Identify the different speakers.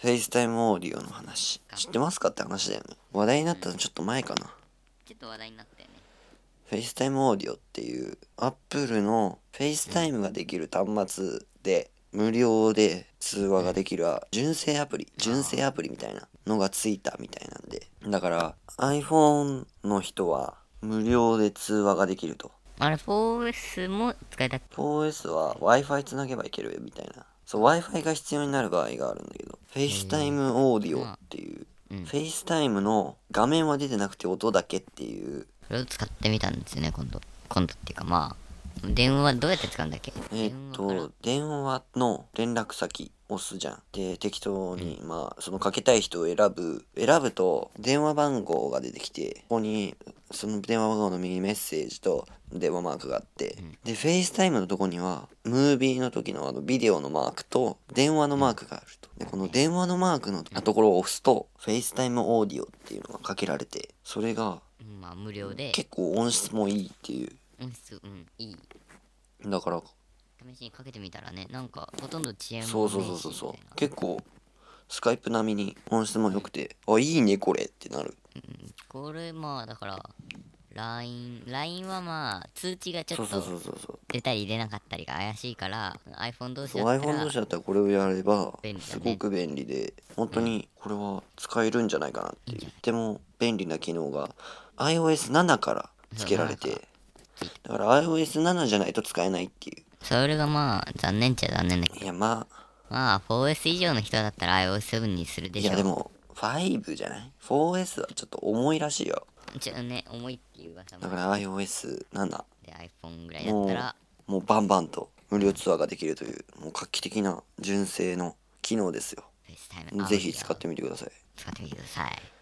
Speaker 1: フェイスタイムオーディオの話知ってますかって話だよね話題になったのちょっと前かな
Speaker 2: ちょっと話題になったよね
Speaker 1: フェイスタイムオーディオっていうアップルのフェイスタイムができる端末で無料で通話ができる純正アプリ純正アプリみたいなのがついたみたいなんでだから iPhone の人は無料で通話ができると
Speaker 2: あれ 4S も使えたっけ
Speaker 1: 4S は Wi-Fi つなげばいけるみたいなそう Wi-Fi が必要になる場合があるんだけど FaceTime オーディオっていう、
Speaker 2: うん
Speaker 1: FaceTime の画面は出てなくて音だけっていう
Speaker 2: それを使ってみたんですよね今度今度っていうかまあ電話どうやって使うんだっけ
Speaker 1: えっ
Speaker 2: 電話
Speaker 1: と電話の連絡先押すじゃんで適当に、まあそのかけたい人を選ぶ選ぶと電話番号が出てきてここにその電話番号の右にメッセージと電話マークがあって、で FaceTime のとこにはムービーの時のあのビデオのマークと電話のマークがあるとでこの電話のマークのところを押すと FaceTime オーディオっていうのがかけられてそれが
Speaker 2: からうんまあ無料で
Speaker 1: 結構音質もいいっていう
Speaker 2: 音質うんいい
Speaker 1: だから
Speaker 2: 試しにかけてみたらねなんかほとんど遅延
Speaker 1: そ
Speaker 2: も
Speaker 1: うそう
Speaker 2: ね
Speaker 1: そ
Speaker 2: え
Speaker 1: う
Speaker 2: し
Speaker 1: そうそ
Speaker 2: みたいな
Speaker 1: う結構スカイプ並みに音質も良くてあいいねこれってなる
Speaker 2: これまあだから LINE, LINE はまあ通知がち
Speaker 1: そ
Speaker 2: ょ
Speaker 1: う
Speaker 2: っ
Speaker 1: そうそ
Speaker 2: と
Speaker 1: うそうそう
Speaker 2: 出たり出なかったりが怪しいから iPhone 同士
Speaker 1: そ
Speaker 2: だ
Speaker 1: う
Speaker 2: ったら
Speaker 1: iPhone 同士だったらこれをやれば
Speaker 2: 便利だね
Speaker 1: すごく便利で本当にこれは使えるんじゃないかなっていうとても便利な機能が iOS7 から付けられてだから iOS7 じゃないと使えないってい
Speaker 2: それがまあ残念っちゃ残念だけ
Speaker 1: う
Speaker 2: ど
Speaker 1: いやまあ
Speaker 2: まあ 4S 以上の人だったら iOS7 にするで
Speaker 1: い
Speaker 2: しょ
Speaker 1: やでも5じゃない 4S はちょっと重いらしいよ
Speaker 2: ちょっとね重いっていう噂
Speaker 1: だ
Speaker 2: も
Speaker 1: から iOS7
Speaker 2: で iPhone ぐらいだっ
Speaker 1: も
Speaker 2: た
Speaker 1: う
Speaker 2: ら
Speaker 1: もうバンバンと無料ツアーができるというもう画期的な純正の機能ですよ
Speaker 2: FaceTime
Speaker 1: ぜひ使ってみてください
Speaker 2: 使ってみてください